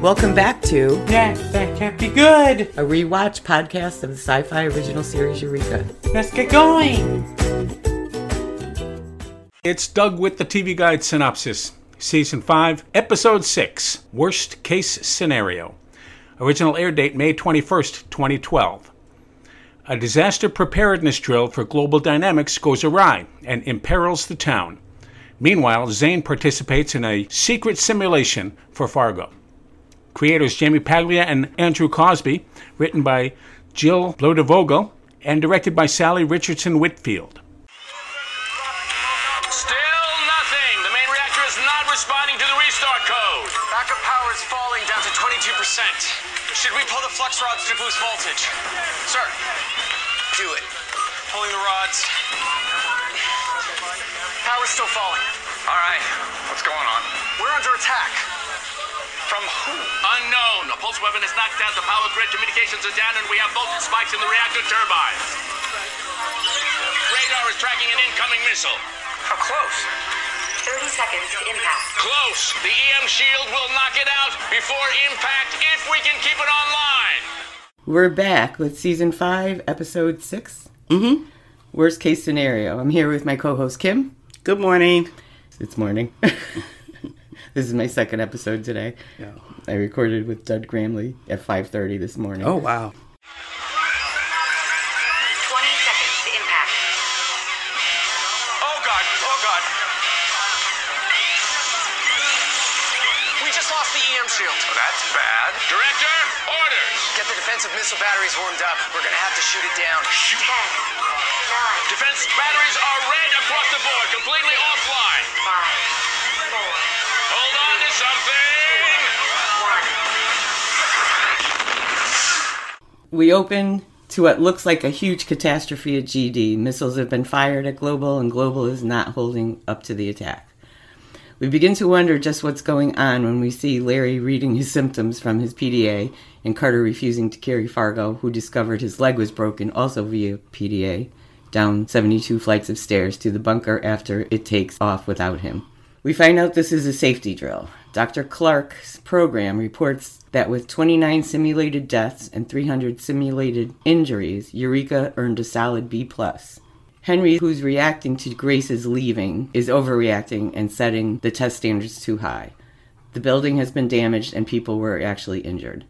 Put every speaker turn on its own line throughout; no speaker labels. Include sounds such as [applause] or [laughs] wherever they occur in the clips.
Welcome back to
Yeah, that can't be good.
a rewatch podcast of the sci fi original series Eureka.
Let's get going. It's Doug with the TV Guide Synopsis, Season 5, Episode 6 Worst Case Scenario. Original air date May 21st, 2012. A disaster preparedness drill for Global Dynamics goes awry and imperils the town. Meanwhile, Zane participates in a secret simulation for Fargo. creators Jamie Paglia and Andrew Cosby, written by Jill Lodevogel, and directed by Sally Richardson Whitfield.
Still nothing. The main reactor is not responding to the restart code. Backup power is falling down to 22%. Should we pull the flux rods to boost voltage? Sir, do it. Pulling the rods. Power's still falling. All right. What's going on? We're under attack. From who? Unknown. A pulse weapon has knocked down the power grid. Communications are down, and we have voltage spikes in the reactor turbines. Radar is tracking an incoming missile. How close?
30 seconds to impact.
Close. The EM shield will knock it out before impact if we can keep it online.
We're back with season five, episode 6 Mm-hmm. Worst case scenario. I'm here with my co-host Kim.
Good morning.
It's morning. [laughs] this is my second episode today. I recorded with Dud Gramley at 5:30 this morning.
Oh wow.
20 seconds to impact.
Oh god, oh god. We just lost the EM shield. that's bad. Director, orders. Get the defensive missile batteries warmed up. We're gonna have to shoot it down.
10, 9,
Defense batteries are red across the board, completely offline.
5,
Hold on to something.
4, 1.
We open to what looks like a huge catastrophe at GD. Missiles have been fired at Global, and Global is not holding up to the attack. We begin to wonder just what's going on when we see Larry reading his symptoms from his PDA and Carter refusing to carry Fargo, who discovered his leg was broken also via PDA, down 72 flights of stairs to the bunker after it takes off without him. We find out this is a safety drill. Dr. Clark's program reports that with 29 simulated deaths and 300 simulated injuries, Eureka earned a solid B+. plus. Henry, who's reacting to Grace's leaving, is overreacting and setting the test standards too high. The building has been damaged and people were actually injured.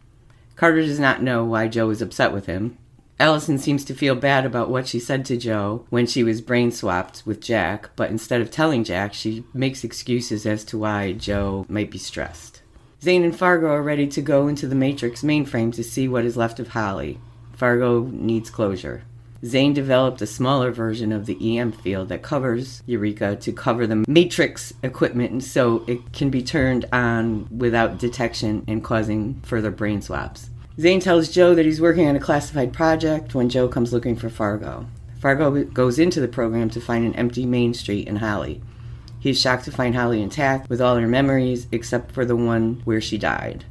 Carter does not know why Joe is upset with him. Allison seems to feel bad about what she said to Joe when she was brain swapped with Jack, but instead of telling Jack, she makes excuses as to why Joe might be stressed. Zane and Fargo are ready to go into the Matrix mainframe to see what is left of Holly. Fargo needs closure. Zane developed a smaller version of the EM field that covers Eureka to cover the matrix equipment so it can be turned on without detection and causing further brain swaps. Zane tells Joe that he's working on a classified project when Joe comes looking for Fargo. Fargo goes into the program to find an empty Main Street in Holly. He's shocked to find Holly intact with all her memories except for the one where she died.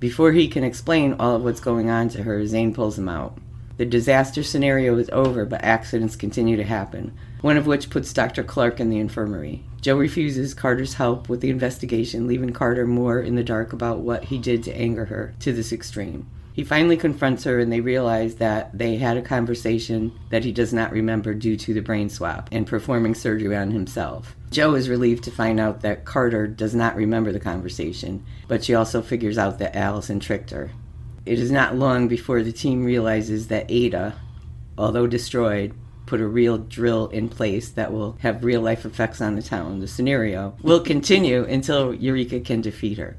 Before he can explain all of what's going on to her, Zane pulls him out. The disaster scenario is over, but accidents continue to happen, one of which puts Dr. Clark in the infirmary. Joe refuses Carter's help with the investigation, leaving Carter more in the dark about what he did to anger her to this extreme. He finally confronts her, and they realize that they had a conversation that he does not remember due to the brain swap and performing surgery on himself. Joe is relieved to find out that Carter does not remember the conversation, but she also figures out that Allison tricked her. It is not long before the team realizes that Ada, although destroyed, put a real drill in place that will have real life effects on the town. The scenario will continue until Eureka can defeat her.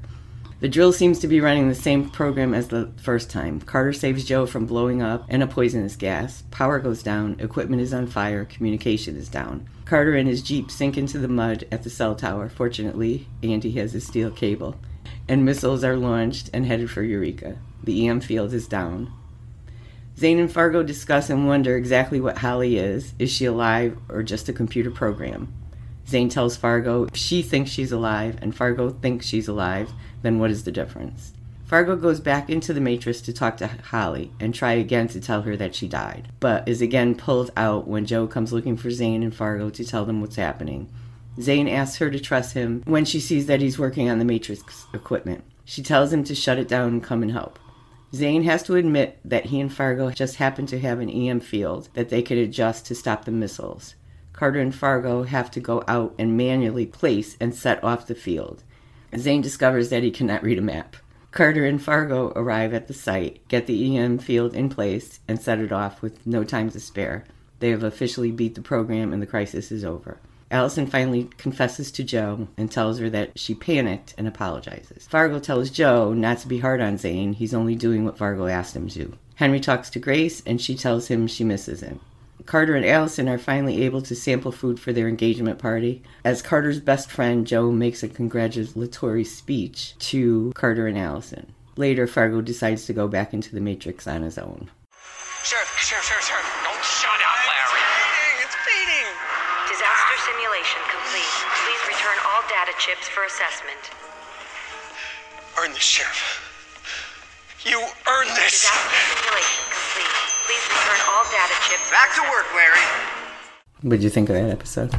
The drill seems to be running the same program as the first time. Carter saves Joe from blowing up in a poisonous gas. Power goes down, equipment is on fire, communication is down. Carter and his Jeep sink into the mud at the cell tower. Fortunately, Andy has a steel cable. And missiles are launched and headed for Eureka. The EM field is down. Zane and Fargo discuss and wonder exactly what Holly is. Is she alive or just a computer program? Zane tells Fargo if she thinks she's alive and Fargo thinks she's alive, then what is the difference? Fargo goes back into the Matrix to talk to Holly and try again to tell her that she died, but is again pulled out when Joe comes looking for Zane and Fargo to tell them what's happening. Zane asks her to trust him when she sees that he's working on the Matrix equipment. She tells him to shut it down and come and help. Zane has to admit that he and Fargo just happen to have an EM field that they could adjust to stop the missiles. Carter and Fargo have to go out and manually place and set off the field. Zane discovers that he cannot read a map. Carter and Fargo arrive at the site, get the EM field in place, and set it off with no time to spare. They have officially beat the program and the crisis is over. Allison finally confesses to Joe and tells her that she panicked and apologizes. Fargo tells Joe not to be hard on Zane, he's only doing what Fargo asked him to. Henry talks to Grace and she tells him she misses him. Carter and Allison are finally able to sample food for their engagement party. As Carter's best friend, Joe makes a congratulatory speech to Carter and Allison. Later, Fargo decides to go back into the Matrix on his own.
Sheriff, Sheriff, Sheriff, Sheriff. Don't shut up, Larry. It's fading.
Disaster simulation complete. Please return all data chips for assessment.
Earn this, Sheriff. You earned this.
Disaster simulation complete. Please return all data chips.
Back to work, Larry.
What'd you think of that episode?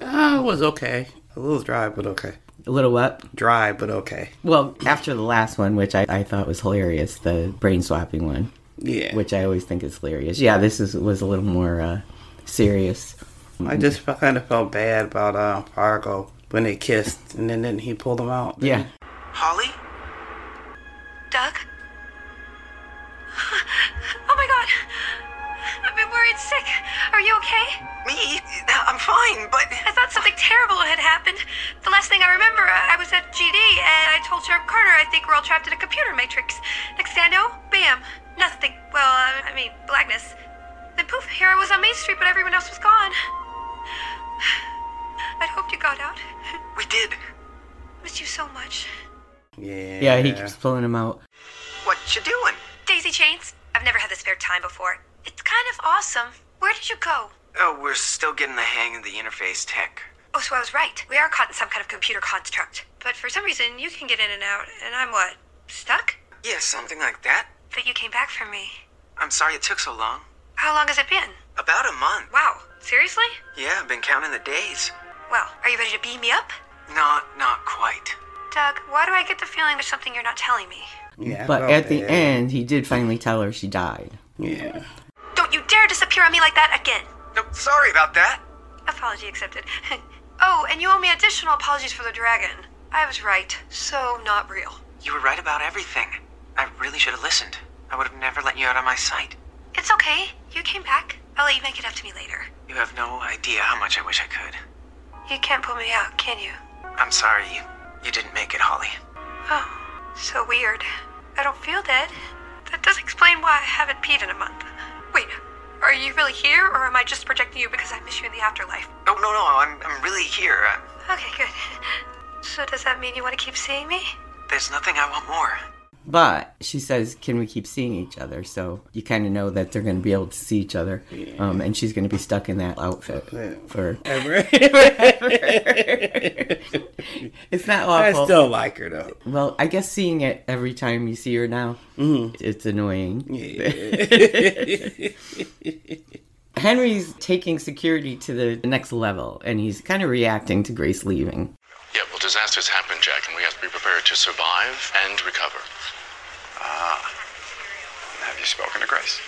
Uh, it was okay. A little dry, but okay.
A little what?
Dry, but okay.
Well, after the last one, which I, I thought was hilarious, the brain swapping one,
Yeah.
which I always think is hilarious. Yeah, this is was a little more uh, serious.
I just kind of felt bad about uh, Fargo when they kissed, and then, then he pulled him out.
Yeah.
Holly?
Doug? Oh my god! I've been worried sick. Are you okay?
Me? I'm fine, but
I thought something terrible had happened. The last thing I remember, uh, I I was at GD and I told Sheriff Carter I think we're all trapped in a computer matrix. Next thing I know, bam, nothing. Well, uh, I mean, blackness. Then poof, here I was on Main Street, but everyone else was gone. [sighs] I'd hoped you got out.
we did.
Missed you so much.
Yeah.
Yeah, he keeps pulling him out.
What you doing?
Daisy Chains, I've never had this spare time before. It's kind of awesome. Where did you go?
Oh, we're still getting the hang of the interface tech.
Oh, so I was right. We are caught in some kind of computer construct. But for some reason, you can get in and out, and I'm what? Stuck?
Yeah, something like that.
But you came back for me.
I'm sorry it took so long.
How long has it been?
About a month.
Wow. Seriously?
Yeah, I've been counting the days.
Well, are you ready to beam me up?
Not, not quite.
Doug, why do I get the feeling there's something you're not telling me?
Yeah, I
But
felt
at the
bad.
end, he did finally tell her she died.
Yeah.
Don't you dare disappear on me like that again!
No, sorry about that.
Apology accepted. [laughs] oh, and you owe me additional apologies for the dragon. I was right. So not real.
You were right about everything. I really should have listened. I would have never let you out of my sight.
It's okay. You came back. I'll let you make it up to me later.
You have no idea how much I wish I could.
You can't pull me out, can you?
I'm sorry you, you didn't make it, Holly.
Oh, so weird. I don't feel dead. That does explain why I haven't peed in a month. Wait, are you really here, or am I just projecting you because I miss you in the afterlife?
No, no, no, I'm, I'm really here. Uh, i
Okay, good. [laughs] So does that mean you want to keep seeing me?
there's nothing I want more.
But she says, "Can we keep seeing each other?" So you kind of know that they're going to be able to see each other, um, and she's going to be stuck in that outfit
[laughs]
for. [laughs] It's not
I
awful.
still like her though.
Well, I guess seeing it every time you see her now,
Mm-hmm.
it's annoying. [laughs] Henry's taking security to the next level, and he's kind of reacting to Grace leaving.
Yeah, well, disasters happen, Jack, and we have to be prepared to survive and recover.
Have you spoken to Grace?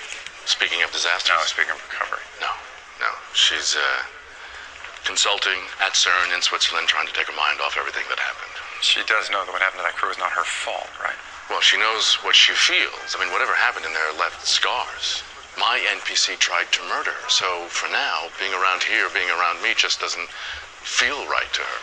Speaking of disasters,
No, speaking of recovery.
no, no. She's uh, consulting at CERN in Switzerland, trying to take her mind off everything that happened.
She does know that what happened to that crew is not her fault, right?
Well, she knows what she feels. I mean, whatever happened in there left scars. My NPC tried to murder her, so for now, being around here, being around me, just doesn't feel right to her.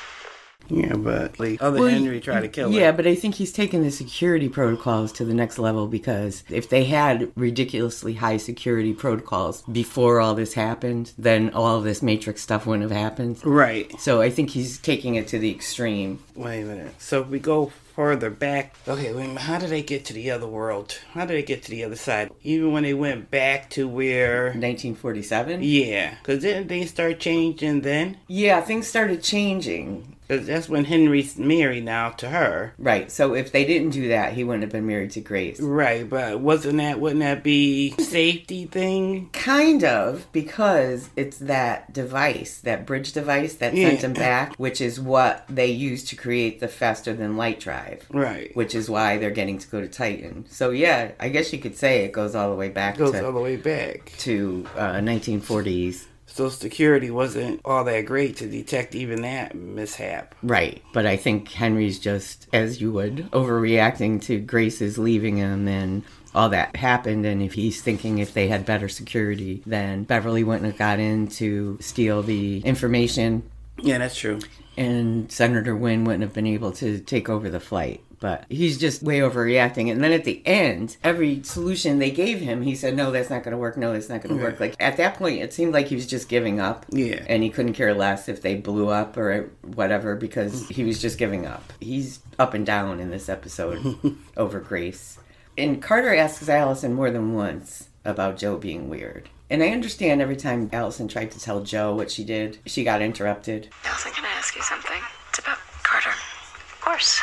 Yeah, but like other
Well,
Henry tried to kill her.
Yeah, but I think he's taken the security protocols to the next level because if they had ridiculously high security protocols before all this happened, then all this Matrix stuff wouldn't have happened.
Right.
So I think he's taking it to the extreme.
Wait a minute. So if we go further back. Okay, wait a minute. How did they get to the other world? How did they get to the other side? Even when they went back to where.
1947?
Yeah. Because didn't they start changing then?
Yeah, things started changing.
'Cause that's when Henry's married now to her.
Right. So if they didn't do that, he wouldn't have been married to Grace.
Right, but wasn't that. Wouldn't that be safety thing?
Kind of, because it's that device, that bridge device that sent
Yeah.
him back, which is what they used to create the faster than light drive. survive.
Right.
Which is why they're getting to go to Titan. So yeah, I guess you could say it goes all the way back
Goes
to
all the way back.
to uh, 1940s.
So security wasn't all that great to detect even that mishap.
Right. But I think Henry's just, as you would, overreacting to Grace's leaving him and all that happened. And if he's thinking if they had better security, then Beverly wouldn't have got in to steal the information
Yeah, that's true.
and Senator Wynne wouldn't have been able to take over the flight. But he's just way overreacting. And then at the end, every solution they gave him, he said, No, that's not going to work. No, that's not going to work. Like at that point, it seemed like he was just giving up.
Yeah.
And he couldn't care less if they blew up or whatever because he was just giving up. He's up and down in this episode over Grace. And Carter asks Allison more than once about Joe being weird. And I understand every time Allison tried to tell Joe what she did, she got interrupted.
Allison, can I ask you something? It's about Carter. Of course.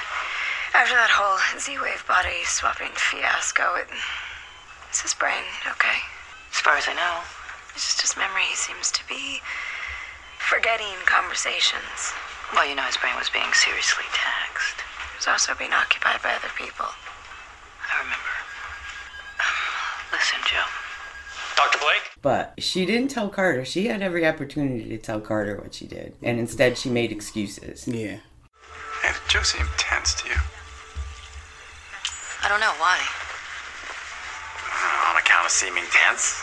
After that whole Z-Wave body swapping fiasco, it, it's his brain, okay?
As far as I know,
It's just his memory. He seems to be forgetting conversations.
well, you know his brain was being seriously taxed.
He was also being occupied by other people.
I remember. Listen, Joe.
Dr. Blake?
But she didn't tell Carter. She had every opportunity to tell Carter what she did. And instead, she made excuses.
Yeah.
Hey, did Joe seem tense to you?
I don't know why.
Mm, on account of seeming tense?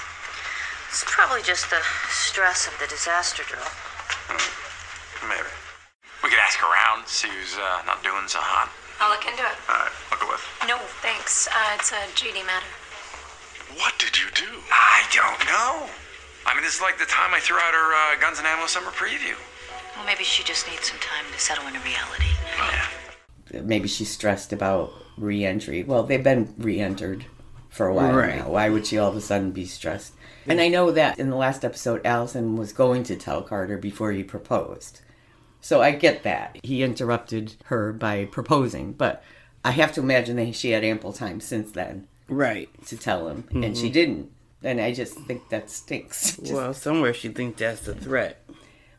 It's probably just the stress of the disaster drill.
Maybe. We could ask around, see who's uh, not doing so hot.
I'll look into it.
All right, I'll go with.
No, thanks. Uh, it's a GD matter.
What did you do?
I don't know. I mean, this is like the time I threw out her uh, Guns and Ammo summer preview.
Well, maybe she just needs some time to settle into reality.
Yeah.
Maybe she's stressed about re entry. Well, they've been re entered for a while
Right.
now. Why would she all of a sudden be stressed? And I know that in the last episode, Allison was going to tell Carter before he proposed. So I get that. He interrupted her by proposing. But I have to imagine that she had ample time since then
Right.
to tell him. And she didn't. And I just think that stinks. [laughs] Just-
well, somewhere she thinks that's the threat.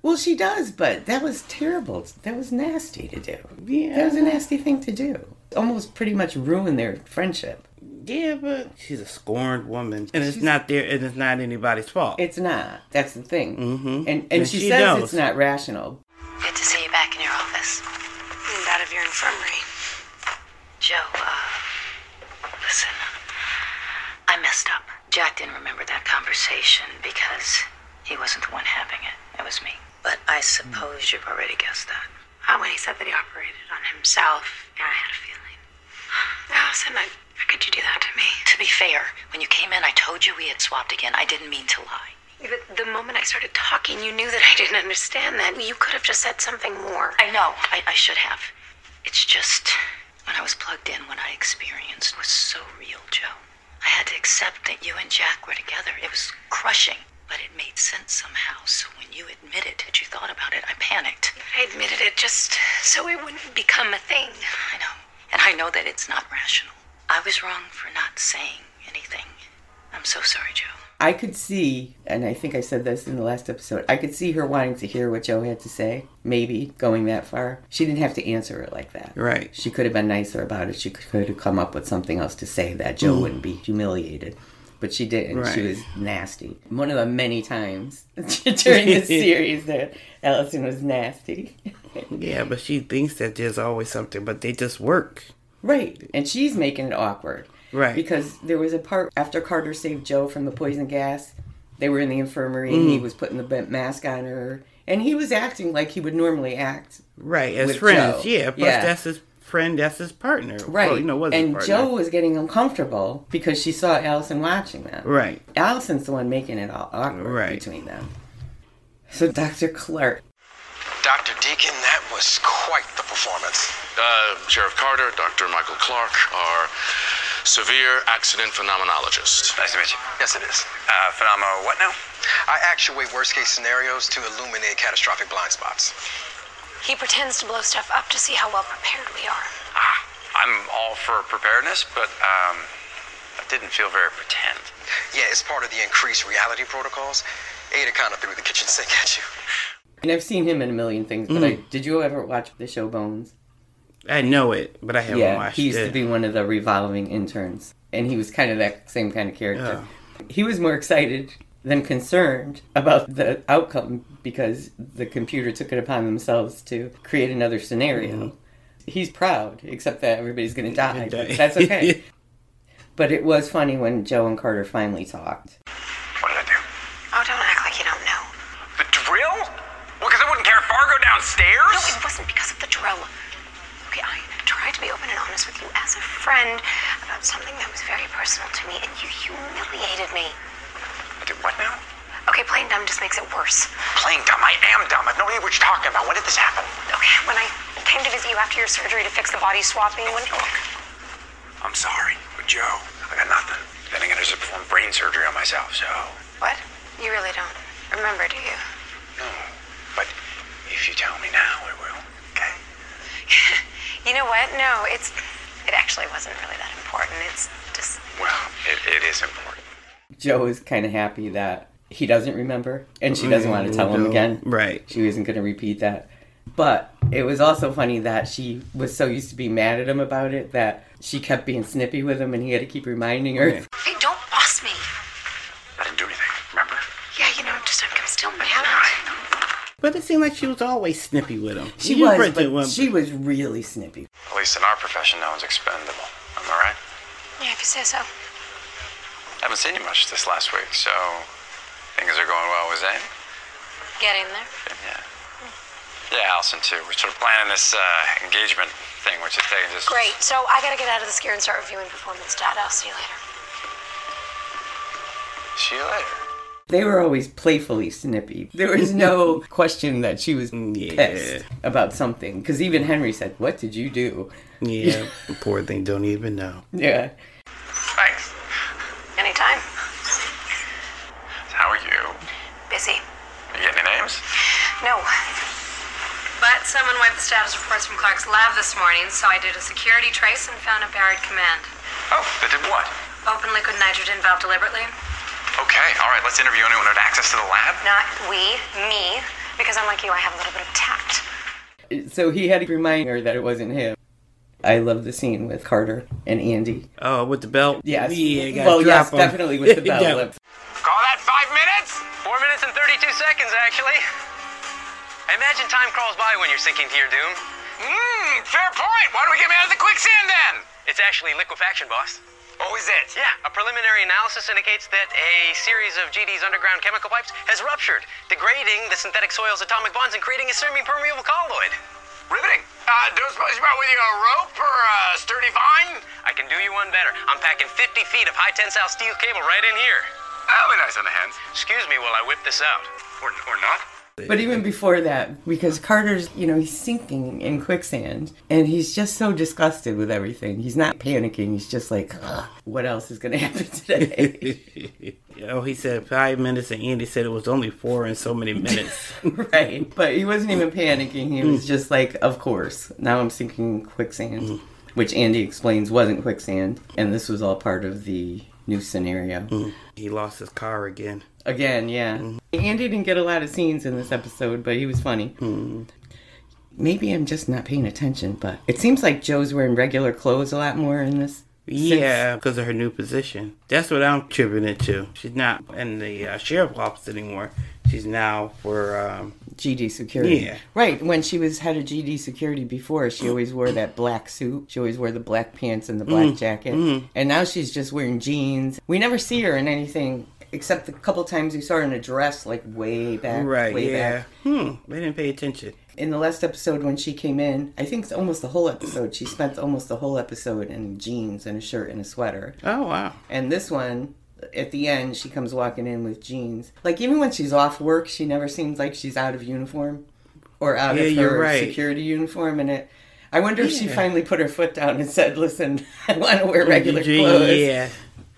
Well, she does, but that was terrible. That was nasty to do.
Yeah.
That was a nasty thing to do. Almost pretty much ruined their friendship.
Yeah, but she's a scorned woman, and it's not there, and it's not anybody's fault.
It's not. That's the thing. Mm-hmm. And and
And
she,
she
says
knows.
it's not rational.
Good to see you back in your office.
And out of your infirmary.
[sighs]
Joe, uh, listen. I messed up. Jack didn't remember that conversation because he wasn't the one having it. It was me. But I suppose you've already guessed that.
Uh, when he said that he operated on himself, yeah, I had a feeling. Allison, I, how could you do that to me?
To be fair, when you came in, I told you we had swapped again. I didn't mean to lie.
But the moment I started talking, you knew that I didn't understand that. You could have just said something more.
I know. I, I should have. It's just when I was plugged in, what I experienced was so real, Joe. I had to accept that you and Jack were together. It was crushing, but it made sense somehow. So when you admitted that you thought about it, I panicked.
I admitted it just so it wouldn't become a thing.
I know. And I know that it's not rational. I was wrong for not saying anything. I'm so sorry, Joe.
I could see, and I think I said this in the last episode, I could see her wanting to hear what Joe had to say, maybe going that far. She didn't have to answer it like that.
Right.
She could have been nicer about it. She could have come up with something else to say that Joe wouldn't be humiliated. But she didn't. She
Mm. Right.
was nasty. One of the many times [laughs] during
[laughs]
this series that Allison was nasty.
Yeah, but she thinks that there's always something, but they just work.
Right. And she's making it awkward.
Right.
Because there was a part after Carter saved Joe from the poison gas, they were in the infirmary and
Mm.
he was putting the bent mask on her. And he was acting like he would normally act.
Right, as
With
friends.
Joe.
Yeah, plus
Yeah.
that's his friend, that's his partner.
Right.
Well, you know, was his
and
partner.
Joe was getting uncomfortable because she saw Allison watching them.
Right.
Allison's the one making it all awkward
Right.
between them. So Dr. Clark,
Dr. Deacon, that was quite the performance.
Uh, Sheriff Carter, Dr. Michael Clark are severe accident phenomenologists.
Nice to meet you.
Yes, it is.
Uh, Phenomo, what now?
I actuate worst case scenarios to illuminate catastrophic blind spots.
He pretends to blow stuff up to see how well prepared we are.
Ah, I'm all for preparedness, but um, that didn't feel very pretend.
Yeah, it's part of the increased reality protocols. Ada kind of threw the kitchen sink at you.
Mm.
and I've seen him in a million things, but I, did you ever watch the show Bones?
I know it, but I haven't
yeah,
watched
he used
it.
to be one of the revolving interns, and he was kind of that same kind of character. He was more excited than concerned about the outcome because the computer took it upon themselves to create another scenario.
Mm-hmm.
He's proud, except that everybody's going to die.
die.
but That's
[laughs]
okay. but it was funny when Joe and Carter finally talked.
What did I do?
Oh, don't act like you don't know.
The drill? Well, because I wouldn't care if Fargo
No,
downstairs.
it wasn't because of the drill. Okay, I tried to be open and honest with you as a friend about something that was very personal to me, and you humiliated me.
I did what now?
Okay, playing dumb just makes it worse.
Playing dumb. I am dumb. I have no idea what you're talking about. When did this happen?
Okay, when I came to visit you after your surgery to fix the body swapping, when
Look, I'm sorry, but Joe, I got nothing. Then again, I just performed brain surgery on myself, so
what? You really don't remember, do you?
no. But if you tell me now, I will. Okay.
You know what? No, it's it actually wasn't really that important. It's just
Well, it, it is important.
Joe is kind of happy that he doesn't remember, and she doesn't want to tell
Oh,
him again.
Right.
She isn't going to repeat that. But it was also funny that she was so used to being mad at him about it that she kept being snippy with him, and he had to keep reminding her.
hey, don't boss me.
I didn't do anything. Remember?
Yeah, you know, just I'm still mad. at you.
But it seemed like she was always snippy with him.
She
You
was,
read
but
that one-
she was really snippy.
At least in our profession, no one's expendable. Am I right?
Yeah, if you say so.
I haven't seen you much this last week, so things are going well with Zane.
Get in there.
Yeah. Yeah, Allison too. We're sort of planning this uh, engagement thing, which is taking just
Great. So I gotta get out of this gear and start reviewing performance data. I'll see you later.
See you later.
They were always playfully snippy. There was
[laughs]
no question that she was
Mm,
pissed about something. Because even Henry said, What did you do? [laughs]
Yeah, poor thing don't even know.
Yeah.
Thanks.
Anytime.
How are you?
Busy.
You get any names?
No.
But someone wiped the status reports from Clark's lab this morning, so I did a security trace and found a buried command.
Oh, they did what?
Open liquid nitrogen valve deliberately.
Okay, all right, let's interview anyone who had access to the lab.
Not we, me. Because unlike you, I have a little bit of tact.
So he had to remind her that it wasn't him. I love the scene with Carter and Andy.
Oh, with the belt?
Yes.
Yeah, gotta
well, yes,
drop 'em.
definitely [laughs] with
[laughs]
the bell.
Yeah.
lip.
Call that five minutes? Four minutes and 32 seconds, actually. I imagine time crawls by when you're sinking to your doom. Mmm, fair point. Why don't we get me out of the quicksand then? It's actually liquefaction, boss. Oh, is it? Yeah, a preliminary analysis indicates that a series of GD's underground chemical pipes has ruptured, degrading the synthetic soil's atomic bonds and creating a semi-permeable colloid. Riveting. Uh, do suppose you brought with you a rope or a sturdy vine? I can do you one better. I'm packing 50 feet of high tensile steel cable right in here. That'll be nice on the hands. Excuse me while I whip this out. Or, or not.
But even before that, because Carter's, you know, he's sinking in quicksand and he's just so disgusted with everything. He's not panicking. He's just like, Ugh, what else is going to [laughs] happen today? [laughs]
[laughs] Oh, he said five minutes, and Andy said it was only four in so
[laughs]
many minutes.
right. But he wasn't even panicking. He was just like, of course, now I'm sinking in quicksand, which Andy explains wasn't quicksand. And this was all part of the new scenario.
he lost his car again.
Again, yeah.
Mm-hmm.
Andy didn't get a lot of scenes in this episode, but he was funny.
Mm-hmm.
Maybe I'm just not paying attention, but it seems like Joe's wearing regular clothes a lot more in this.
Yeah, because of her new position. That's what I'm tripping into. She's not in the uh, sheriff's office anymore. She's now for um,
GD security.
Yeah.
Right. When she was head of GD security before, she always wore that black suit. She always wore the black pants and the black
Mm-hmm.
jacket. And now she's just wearing jeans. We never see her in anything except the couple times we saw her in a dress, like way back.
right.
way
yeah.
back.
Hmm. They didn't pay attention.
in the last episode when she came in, I think it's almost the whole episode. She spent almost the whole episode in jeans and a shirt and a sweater.
Oh wow.
And this one, at the end, she comes walking in with jeans. Like even when she's off work, she never seems like she's out of uniform or out
Yeah,
of
you're
her
right.
security uniform. And it, I wonder if she finally put her foot down and said, "Listen, [laughs] I want to wear regular
Jean-
clothes
Yeah.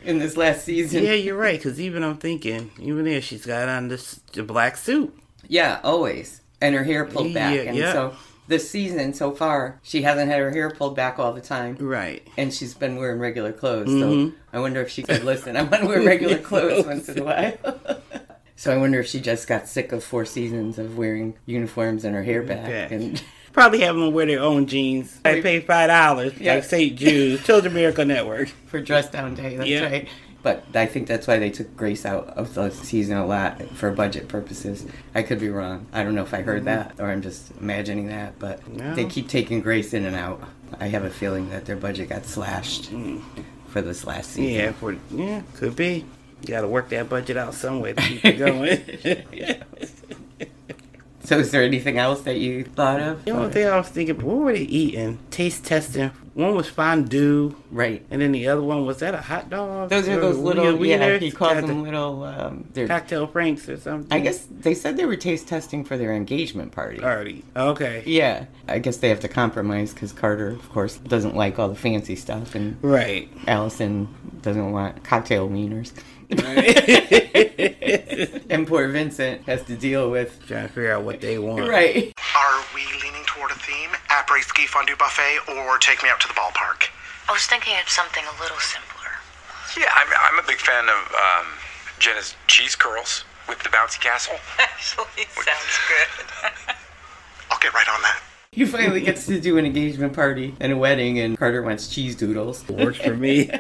in this last season."
Yeah, you're right. Because even I'm thinking, even there, she's got on this the black suit.
Yeah, always. And her hair pulled back.
Yeah,
and
yeah.
so this season so far, she hasn't had her hair pulled back all the time.
Right.
and she's been wearing regular clothes. So I wonder if she could listen. I want to wear [laughs] regular clothes once in a while. [laughs] so I wonder if she just got sick of four seasons of wearing uniforms and her hair back.
Back.
And
Probably have them wear their own jeans. I pay five dollars.
Yeah.
Like St. [laughs] Jude's Children Miracle Network.
[laughs] for dress down day. That's
Yeah.
right. But I think that's why they took Grace out of the season a lot for budget purposes. I could be wrong. I don't know if I heard that or I'm just imagining that, but they keep taking Grace in and out. I have a feeling that their budget got slashed for this last season.
Yeah, for yeah, could be. You got to work that budget out some way to keep [laughs] it going.
[laughs] So is there anything else that you thought of?
The only thing I was thinking, what were they eating? Taste testing. One was fondue,
Right.
and then the other one was that a hot dog?
Those are
Or
those little,
wiener-
yeah, he
wieners?
calls
Got the
them little, um, they're,
cocktail franks or something.
I guess they said they were taste testing for their engagement party.
party. Okay,
Yeah, I guess they have to compromise because Carter, of course, doesn't like all the fancy stuff, and [laughs]
right.
Allison doesn't want cocktail wieners. [laughs] and poor Vincent has to deal with.
Trying to figure out what they want.
Right. [laughs]
Are we leaning toward a theme? Après ski fondue buffet or take me out to the ballpark?
I was thinking of something a little simpler.
Yeah, I'm, I'm a big fan of um, Jenna's cheese curls with the bouncy castle.
Actually, sounds good.
I'll get right on that.
He finally gets to do an engagement party and a wedding, and Carter wants cheese doodles.
Works
[laughs]
for me.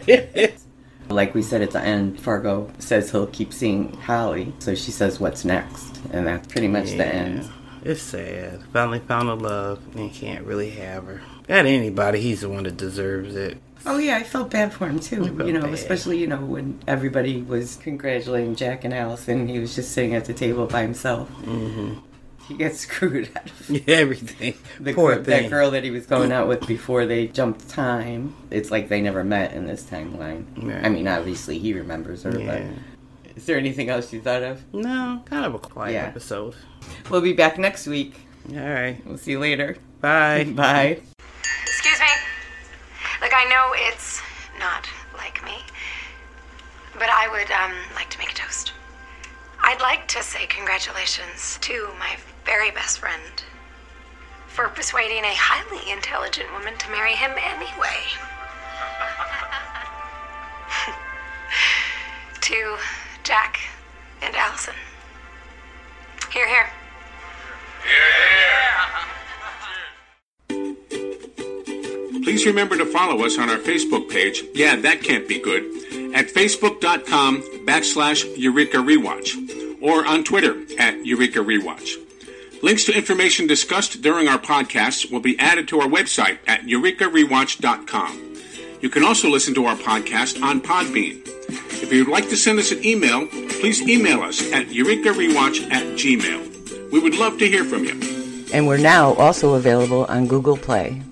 Like we said at the end, Fargo says he'll keep seeing Holly, so she says, What's next? And that's pretty much the end.
It's sad. Finally found a love and can't really have her. Got anybody, he's the one that deserves it. [laughs]
Oh yeah, I felt bad for him too.
felt
You know,
bad.
especially you know when everybody was congratulating Jack and Allison, he was just sitting at the table by himself. Mm-hmm. He gets [laughs] screwed out of
Everything.
the
Poor
gr-
thing.
that girl that he was going out with before they jumped time. It's like they never met in this timeline.
Right.
I mean, obviously he remembers her.
Yeah.
But is there anything else you thought of?
No, kind of a quiet
Yeah.
episode.
We'll be back next week.
All right.
We'll see you later. [laughs]
Bye.
Bye.
Excuse me. Look, I know it's not like me, but I would um, like to make a toast. I'd like to say congratulations to my very best friend for persuading a highly intelligent woman to marry him anyway. [laughs] to Jack and Allison. Here, here.
Please remember to follow us on our Facebook page. Yeah, that can't be good. At facebook.com backslash Eureka Rewatch or on Twitter at Eureka Rewatch. Links to information discussed during our podcasts will be added to our website at eurekarewatch.com. You can also listen to our podcast on Podbean. If you'd like to send us an email, please email us at eurekarewatch at gmail. We would love to hear from you.
And we're now also available on Google Play.